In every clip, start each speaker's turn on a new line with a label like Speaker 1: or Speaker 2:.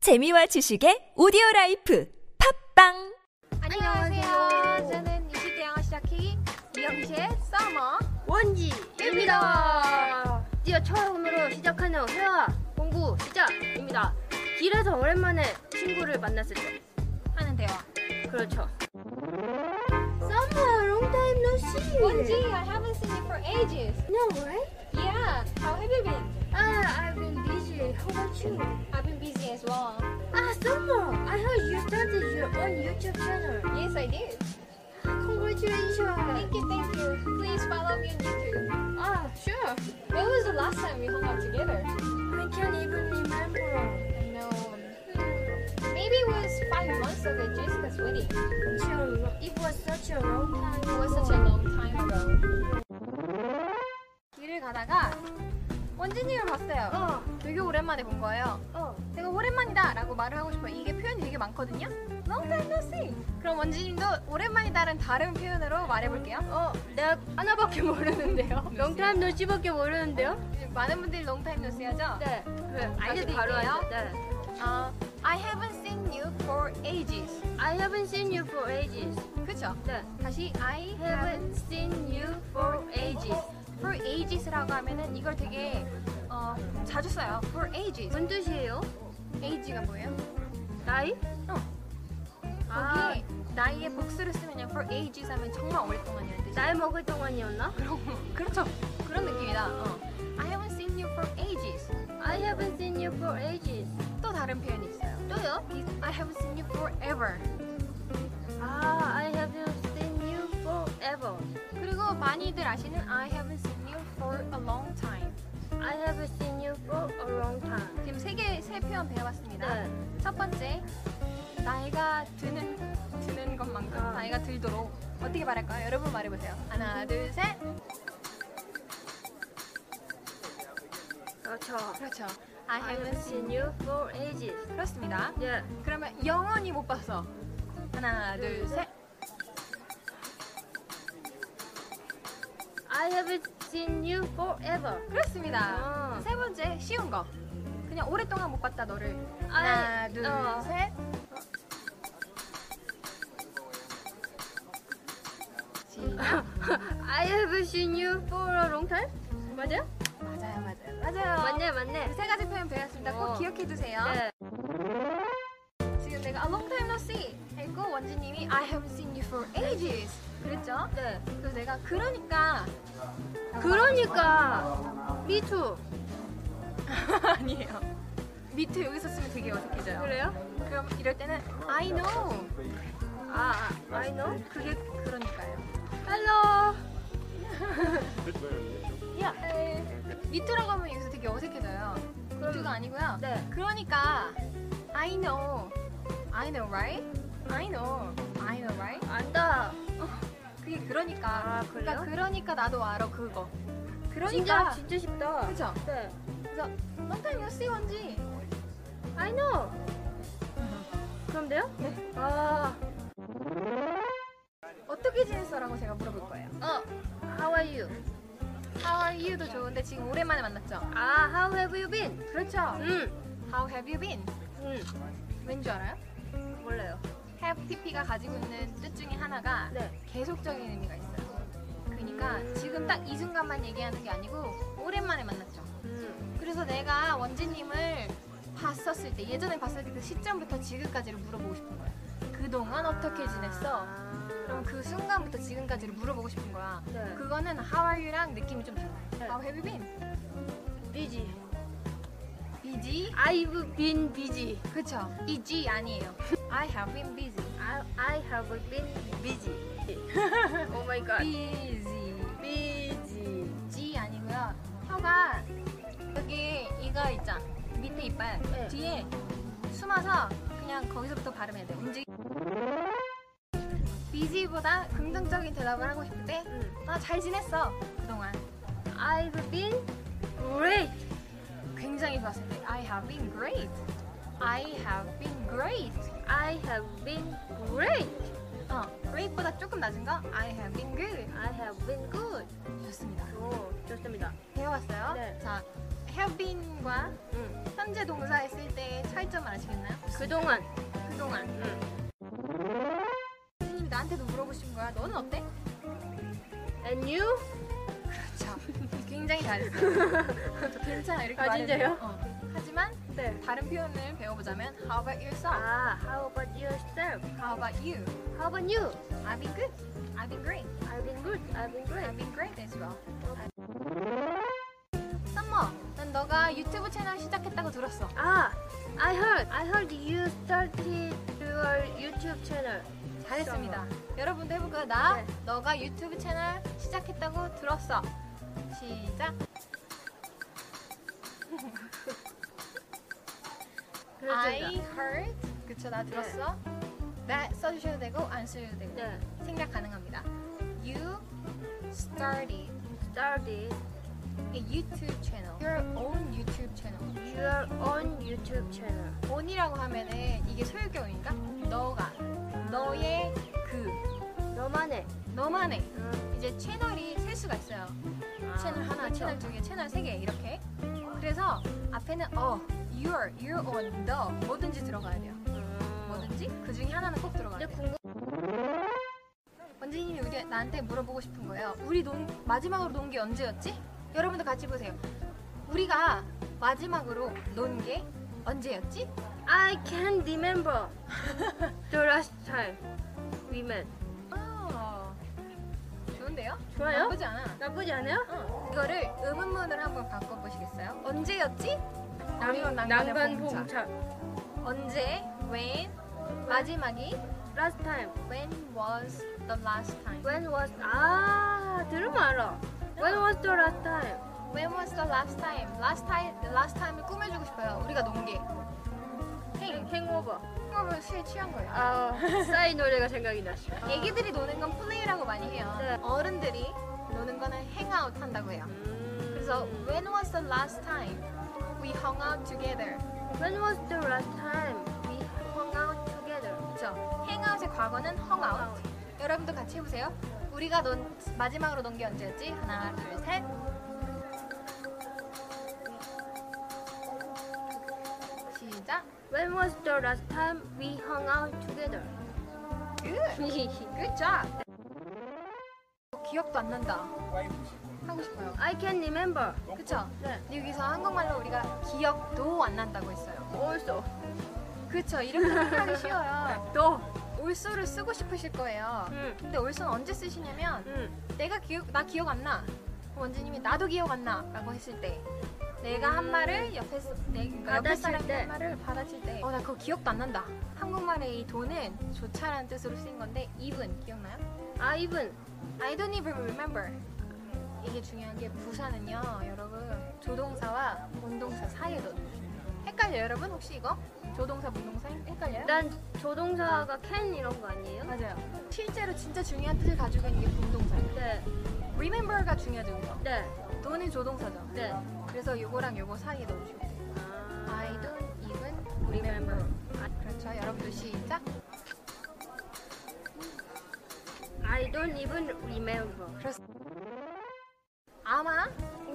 Speaker 1: 재미와 지식의 오디오 라이프 팝빵!
Speaker 2: 안녕하세요. 저는 20대 영어 시작하기 이영시의 써머 원지입니다.
Speaker 3: 드디어 처음으로 시작하는 회화 공부 시작입니다. 길에서 오랜만에 친구를 만났을 때
Speaker 2: 하는 대화.
Speaker 3: 그렇죠. Summer, long time no see.
Speaker 2: 원지, I haven't seen you for ages.
Speaker 3: No way.
Speaker 2: Yeah, how have you been?
Speaker 3: Ah, I've been busy. How about you?
Speaker 2: I've been busy as well.
Speaker 3: Ah, Summer, I heard you started your own YouTube channel.
Speaker 2: Yes, I did.
Speaker 3: 아, Congratulations.
Speaker 2: Thank you, thank you. Please follow me on YouTube.
Speaker 3: Ah, sure.
Speaker 2: When was the last time we hung out together?
Speaker 3: I can't even remember.
Speaker 2: I know. Hmm. Maybe it was five months ago, Jessica's wedding.
Speaker 3: Sure, it was such a long time.
Speaker 2: It was such a long time ago. 길을 가다가 원진이를 봤어요.
Speaker 3: 어,
Speaker 2: 되게 오랜만에 본 거예요.
Speaker 3: 어.
Speaker 2: 제가 오랜만이다 라고 말을 하고 싶어요. 이게 표현이 되게 많거든요. Long time no see. 그럼 원진님도 오랜만이다는 다른 표현으로 말해볼게요.
Speaker 3: 어, 내가 하나밖에 모르는데요. long time no see밖에 모르는데요.
Speaker 2: 많은 분들이 long time no see 하죠?
Speaker 3: 네. 그
Speaker 2: 어, 알려드릴게요.
Speaker 3: 바로 알죠. 네.
Speaker 2: 어, I haven't seen you for ages.
Speaker 3: I haven't seen you for ages.
Speaker 2: 그쵸?
Speaker 3: 네.
Speaker 2: 다시 I haven't
Speaker 3: Haven't seen you for ages.
Speaker 2: for ages라고 하면은 이걸 되게 어, 자주 써요. for ages.
Speaker 3: 뭔 뜻이에요?
Speaker 2: age가 뭐예요?
Speaker 3: 나이? 아.
Speaker 2: 어. 거기 나이의 복수를 쓰면요. for ages 하면 정말 오랫동안이라는 뜻이에요.
Speaker 3: 나이 먹을 동안이었나?
Speaker 2: 그렇죠. 그런 느낌이다. 어. I haven't seen you for ages.
Speaker 3: I haven't seen you for ages.
Speaker 2: 또 다른 표현이 있어요.
Speaker 3: 또요?
Speaker 2: I haven't seen you forever.
Speaker 3: 아, I haven't seen you forever.
Speaker 2: 그리고 많이들 아시는 I haven't seen you for a long time.
Speaker 3: I haven't seen you for a long time.
Speaker 2: 지금 세 개, 세 표현 배워봤습니다.
Speaker 3: 네.
Speaker 2: 첫 번째, 나이가 드는, 드는 것만큼
Speaker 3: 아.
Speaker 2: 나이가 들도록 어떻게 말할까요? 여러분 말해보세요. 하나, 둘, 셋.
Speaker 3: 그렇죠.
Speaker 2: 그렇죠. I
Speaker 3: I
Speaker 2: haven't
Speaker 3: haven't
Speaker 2: seen.
Speaker 3: seen you for ages.
Speaker 2: 그렇습니다.
Speaker 3: 네.
Speaker 2: 그러면 영원히 못 봤어. 하나, 둘, 셋.
Speaker 3: I haven't seen you forever.
Speaker 2: 그렇습니다.
Speaker 3: 어.
Speaker 2: 세 번째 쉬운 거. 그냥 오랫동안 못 봤다 너를. 하나,
Speaker 3: 아이,
Speaker 2: 둘,
Speaker 3: 어.
Speaker 2: 셋. 시작.
Speaker 3: I haven't seen you for a long time. 맞아요?
Speaker 2: 맞아요, 맞아요, 맞아요.
Speaker 3: 맞네, 맞네.
Speaker 2: 세 가지 표현 배웠습니다. 꼭
Speaker 3: 어.
Speaker 2: 기억해 두세요.
Speaker 3: 네.
Speaker 2: 지금 내가 a long time no see 했고 원진님이 I haven't seen you for ages 그랬죠?
Speaker 3: 네.
Speaker 2: 그래서 내가 그러니까
Speaker 3: 그러니까 미투
Speaker 2: 아니에요. 밑에 여기서 쓰면 되게 어색해져요.
Speaker 3: 그래요?
Speaker 2: 그럼 이럴 때는 I know.
Speaker 3: 아, 아, I know.
Speaker 2: 그게 그러니까요.
Speaker 3: Hello.
Speaker 2: 야, 미투라고 하면 여기서 되게 어색해져요. 미투가 아니고요.
Speaker 3: 네.
Speaker 2: 그러니까 I know, I know, right? I know, I know, right?
Speaker 3: 안다.
Speaker 2: 그게 그러니까.
Speaker 3: 아,
Speaker 2: 그러니까
Speaker 3: 그래요?
Speaker 2: 그러니까 나도 알아 그거.
Speaker 3: 진짜
Speaker 2: 그러니까.
Speaker 3: 진짜 쉽다.
Speaker 2: 그죠?
Speaker 3: 네.
Speaker 2: 그래서 long 요 m e 원지.
Speaker 3: I know. 그럼 돼요?
Speaker 2: 네.
Speaker 3: 아,
Speaker 2: 어떻게 지냈어라고 제가 물어볼 거예요.
Speaker 3: 어. How are you?
Speaker 2: How are you도 아, 좋은데 지금 오랜만에 만났죠.
Speaker 3: 아, how have you been?
Speaker 2: 그렇죠.
Speaker 3: 음,
Speaker 2: How have you been?
Speaker 3: 음,
Speaker 2: 왠지 알아요?
Speaker 3: 몰라요.
Speaker 2: Have TP가 가지고 있는 뜻 중에 하나가
Speaker 3: 네.
Speaker 2: 계속적인 의미가 있어요. 그러니까 지금 딱 이 순간만 얘기하는 게 아니고 오랜만에 만났죠.
Speaker 3: 음,
Speaker 2: 그래서 내가 원진님을 봤었을 때 예전에 봤을 때 그 시점부터 지금까지를 물어보고 싶은 거야. 그동안 어떻게 지냈어?
Speaker 3: 아,
Speaker 2: 그럼 그 순간부터 지금까지를 물어보고 싶은 거야.
Speaker 3: 네.
Speaker 2: 그거는 How are you랑 느낌이 좀 달라요.
Speaker 3: 네.
Speaker 2: How have you been?
Speaker 3: busy.
Speaker 2: Busy?
Speaker 3: I've been busy.
Speaker 2: 그쵸? 이지 아니에요. I have been busy.
Speaker 3: I, I have been busy. oh my god.
Speaker 2: Busy.
Speaker 3: busy.
Speaker 2: G 아니고요. 혀가 여기 이가 있잖아. 밑에 이빨
Speaker 3: 네.
Speaker 2: 뒤에 숨어서 그냥 거기서부터 발음해야 돼. 움직. busy보다 긍정적인 대답을 하고 싶을 때,
Speaker 3: 음.
Speaker 2: 아 잘 지냈어 그동안.
Speaker 3: I've been great.
Speaker 2: 굉장히 좋았을 때, I have been great. I have been great.
Speaker 3: I have been great.
Speaker 2: 어, great보다 조금 낮은 거, I have been good.
Speaker 3: I have been good.
Speaker 2: 좋습니다.
Speaker 3: 오, 좋습니다.
Speaker 2: 배워봤어요.
Speaker 3: 네.
Speaker 2: 자, have been과
Speaker 3: 응.
Speaker 2: 현재 동사에 쓸 때의 차이점을 아시겠나요?
Speaker 3: 음, 그동안
Speaker 2: 그동안
Speaker 3: 응.
Speaker 2: 선생님 나한테도 물어보신 거야. 너는 어때?
Speaker 3: and you
Speaker 2: 그렇죠. 굉장히 잘했어요. 괜찮아 이렇게
Speaker 3: 아,
Speaker 2: 말해도
Speaker 3: 진짜요?
Speaker 2: 돼요. 어. 하지만
Speaker 3: 네.
Speaker 2: 다른 표현을 배워보자면 How about yourself?
Speaker 3: 아, how about yourself?
Speaker 2: How about you?
Speaker 3: How about you?
Speaker 2: I've been good. I've been great.
Speaker 3: I've been good. I've been
Speaker 2: I've
Speaker 3: great.
Speaker 2: been great as well. 썸머, 난 너가 유튜브 채널 시작했다고 들었어.
Speaker 3: 아, I heard. I heard you started your YouTube channel.
Speaker 2: 잘했습니다. 여러분도 해볼까요? 나
Speaker 3: 네.
Speaker 2: 너가 유튜브 채널 시작했다고 들었어. 시작.
Speaker 3: 그래서
Speaker 2: I heard. 그쵸, 나 들었어. that 써주셔도 되고 안 써주셔도 되고
Speaker 3: 네.
Speaker 2: 생략 가능합니다. You started
Speaker 3: started
Speaker 2: a YouTube channel. Your own YouTube channel.
Speaker 3: your own YouTube channel.
Speaker 2: on이라고 하면은 이게 소유격인가? 너가 너의 그
Speaker 3: 너만의
Speaker 2: 너만의
Speaker 3: 음,
Speaker 2: 이제 채널이 셀 수가 있어요. 채널 하나,
Speaker 3: 아, 그쵸.
Speaker 2: 채널 두 개, 채널 세 개 이렇게. 그래서 앞에는 어, your, your own, the 뭐든지 들어가야 돼요.
Speaker 3: 음.
Speaker 2: 뭐든지 그 중에 하나는 꼭 들어가야
Speaker 3: 근데
Speaker 2: 돼요.
Speaker 3: 궁금
Speaker 2: 원진님이 우리 나한테 물어보고 싶은 거예요. 우리 논 마지막으로 논 게 언제였지? 여러분도 같이 보세요. 우리가 마지막으로 논 게 언제였지?
Speaker 3: I can remember the last time we met.
Speaker 2: 아, 좋은데요?
Speaker 3: 좋아요?
Speaker 2: 나쁘지 않아.
Speaker 3: 나쁘지 않아요?
Speaker 2: 어, 이거를 음음문으로 한번 바꿔보시겠어요? 언제였지? 남이건
Speaker 3: 난간
Speaker 2: 난간의 봉착.
Speaker 3: 봉착.
Speaker 2: 언제? When? 마지막이
Speaker 3: Last time.
Speaker 2: When was the last time?
Speaker 3: When was 아 들으면 알아. When was the last time?
Speaker 2: When was the last time? Last time, last time을 꾸며주고 싶어요. 우리가 논 게.
Speaker 3: 행 행오버.
Speaker 2: 행업을 술에 취한 거예요.
Speaker 3: 아 싸이 노래가 생각이 났어.
Speaker 2: 애기들이 노는 건 플레이라고 많이 해요.
Speaker 3: 네.
Speaker 2: 어른들이 노는 거는 행아웃 한다고 해요.
Speaker 3: 음.
Speaker 2: 그래서 When was the last time we hung out together?
Speaker 3: When was the last time we hung out together?
Speaker 2: 그렇죠. 행아웃의 과거는 hung out. 여러분도 같이 해보세요. 우리가 논, 마지막으로 논 게 언제였지? 하나, 둘, 셋. 시작.
Speaker 3: When was the last time we hung out together?
Speaker 2: Good. Good job. 어, 기억도 안 난다. 하고 싶어요.
Speaker 3: I can remember.
Speaker 2: 그쵸?
Speaker 3: 네.
Speaker 2: 여기서 한국말로 우리가 기억도 안 난다고 했어요.
Speaker 3: Also.
Speaker 2: 그쵸? 이렇게 생각하기 쉬워요. 음.
Speaker 3: 또.
Speaker 2: 네. 올소를 쓰고 싶으실 거예요.
Speaker 3: 응.
Speaker 2: 근데 올소는 언제 쓰시냐면
Speaker 3: 응.
Speaker 2: 내가 기억 나 기억 안 나. 그 원진님이 나도 기억 안 나라고 했을 때 내가 한 말을 옆에 서- 내가 옆에
Speaker 3: 음. 받아칠
Speaker 2: 사람이
Speaker 3: 때.
Speaker 2: 한 말을 받아칠 때 어 나 그거 기억도 안 난다. 한국말의 이 돈은 조차라는 뜻으로 쓰인 건데 even 기억나요?
Speaker 3: 아 even.
Speaker 2: I don't even remember. 이게 중요한 게 부사는요, 여러분 조동사와 본동사 사이에 넣어. 헷갈려 요 여러분 혹시 이거 조동사 본동사 헷갈려요?
Speaker 3: 난 조동사가 can 이런 거 아니에요?
Speaker 2: 맞아요. 실제로 진짜 중요한 뜻을 가지고 있는 게 본동사예요.
Speaker 3: 네.
Speaker 2: Remember가 중요하죠, 그죠?
Speaker 3: 네.
Speaker 2: 돈은 조동사죠.
Speaker 3: 네. 아,
Speaker 2: 그래서 요거랑 요거 사이에 넣어주면 돼요. I don't even remember. 그렇죠. 여러분도 시작.
Speaker 3: I don't even remember.
Speaker 2: 아마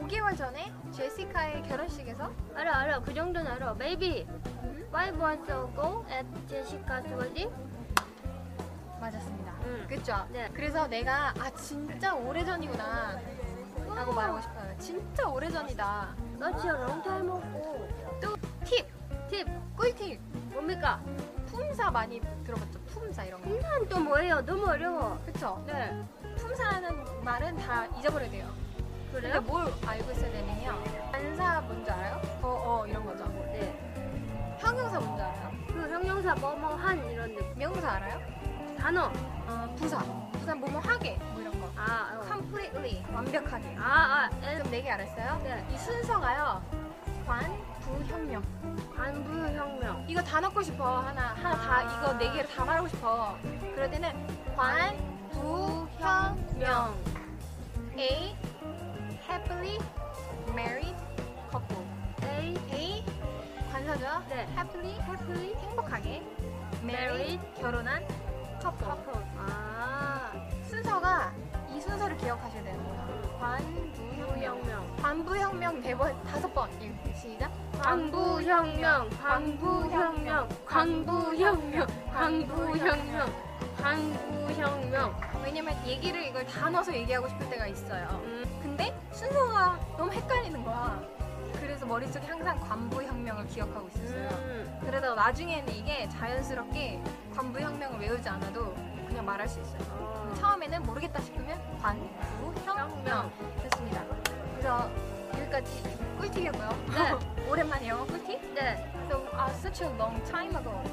Speaker 2: 5개월 전에 제시카의 결혼식에서
Speaker 3: 알아 알아 그 정도는 알아. Maybe
Speaker 2: 음?
Speaker 3: five months ago at Jessica's wedding.
Speaker 2: 맞았습니다.
Speaker 3: 음.
Speaker 2: 그쵸?
Speaker 3: 네.
Speaker 2: 그래서 내가 아 진짜 오래전이구나 라고 말하고 싶어요. 진짜 오래전이다.
Speaker 3: Such a long time ago.
Speaker 2: 또 팁!
Speaker 3: 팁
Speaker 2: 꿀팁!
Speaker 3: 뭡니까?
Speaker 2: 품사 많이 들어봤죠? 품사 이런 거.
Speaker 3: 인사는 또 뭐예요? 너무 어려워.
Speaker 2: 그쵸?
Speaker 3: 네.
Speaker 2: 품사라는 말은 다 잊어버려야 돼요. 근데
Speaker 3: 그래요?
Speaker 2: 뭘 알고 있어야 되냐면 반사 뭔지 알아요? 어, 어 이런 거죠.
Speaker 3: 네.
Speaker 2: 형용사 뭔지 알아요?
Speaker 3: 그 형용사 뭐뭐한 이런 느낌.
Speaker 2: 명사 알아요?
Speaker 3: 단어.
Speaker 2: 어, 부사. 부사 뭐뭐 하게 뭐 이런 거.
Speaker 3: 아. 어.
Speaker 2: completely 완벽하게.
Speaker 3: 아 아. 에,
Speaker 2: 그럼 네개 알았어요?
Speaker 3: 네.
Speaker 2: 이 순서가요. 관, 부, 형용.
Speaker 3: 반부혁명.
Speaker 2: 이거 다 넣고 싶어. 하나 하나 다 이거 네 개를 다 말하고 싶어. 그럴 때는 관, 부, 형,
Speaker 3: 명.
Speaker 2: a happily married couple.
Speaker 3: A.
Speaker 2: a 관사죠?
Speaker 3: 네.
Speaker 2: happily happily 행복하게 married 결혼한 couple.
Speaker 3: 아. 그
Speaker 2: 순서가 이 순서를 기억하셔야 되는 거예요. 관부혁명
Speaker 3: 혁명.
Speaker 2: 관부혁명 네번 다섯 번 읽- 시작
Speaker 3: 광부혁명, 광부혁명, 광부혁명, 광부혁명, 광부혁명.
Speaker 2: 왜냐면 얘기를 이걸 다 넣어서 얘기하고 싶을 때가 있어요
Speaker 3: 음,
Speaker 2: 근데 순서가 너무 헷갈리는 거야 그래서 머릿속에 항상 관부혁명을 기억하고 있었어요
Speaker 3: 음.
Speaker 2: 그러다 나중에는 이게 자연스럽게 관부혁명을 외우지 않아도 그냥 말할 수 있어요 처음에는 모르겠다 싶으면 관부혁명 됐습니다. 그래서 여기까지 꿀팁이었고요. 네. 오랜만에 영어 꿀팁.
Speaker 3: 네.
Speaker 2: So uh, such a long time ago.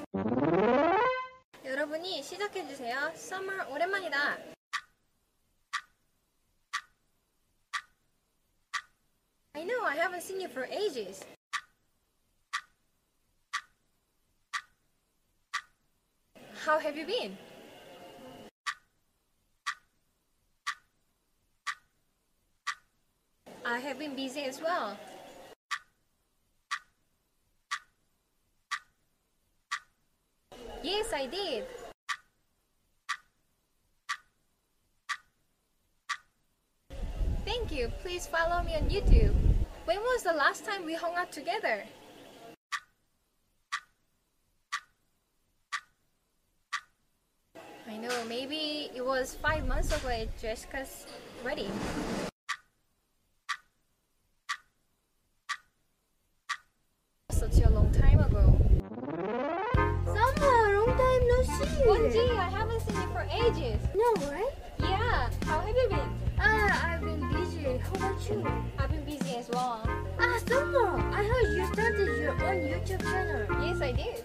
Speaker 2: 여러분이 시작해 주세요. Summer 오랜만이다. I know I haven't seen you for ages. How have you been? I have been busy as well. Yes, I did. Thank you. Please follow me on YouTube. When was the last time we hung out together? I know, maybe it was five months ago at Jessica's wedding. Such a long time ago.
Speaker 3: Summer, 아, long time no see.
Speaker 2: Wenji, I haven't seen you for ages.
Speaker 3: No, right?
Speaker 2: Yeah, how have you been?
Speaker 3: Ah, I've been busy. How about you?
Speaker 2: I've been busy as well.
Speaker 3: Ah, Summer, I heard you started your own YouTube channel.
Speaker 2: Yes, I did.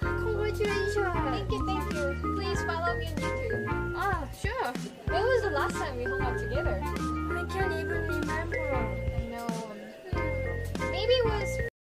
Speaker 3: Congratulations.
Speaker 2: Thank you, thank you. Please follow me on YouTube.
Speaker 3: Ah, sure.
Speaker 2: When was the last time we hung out together?
Speaker 3: I can't even remember.
Speaker 2: I know. Maybe it was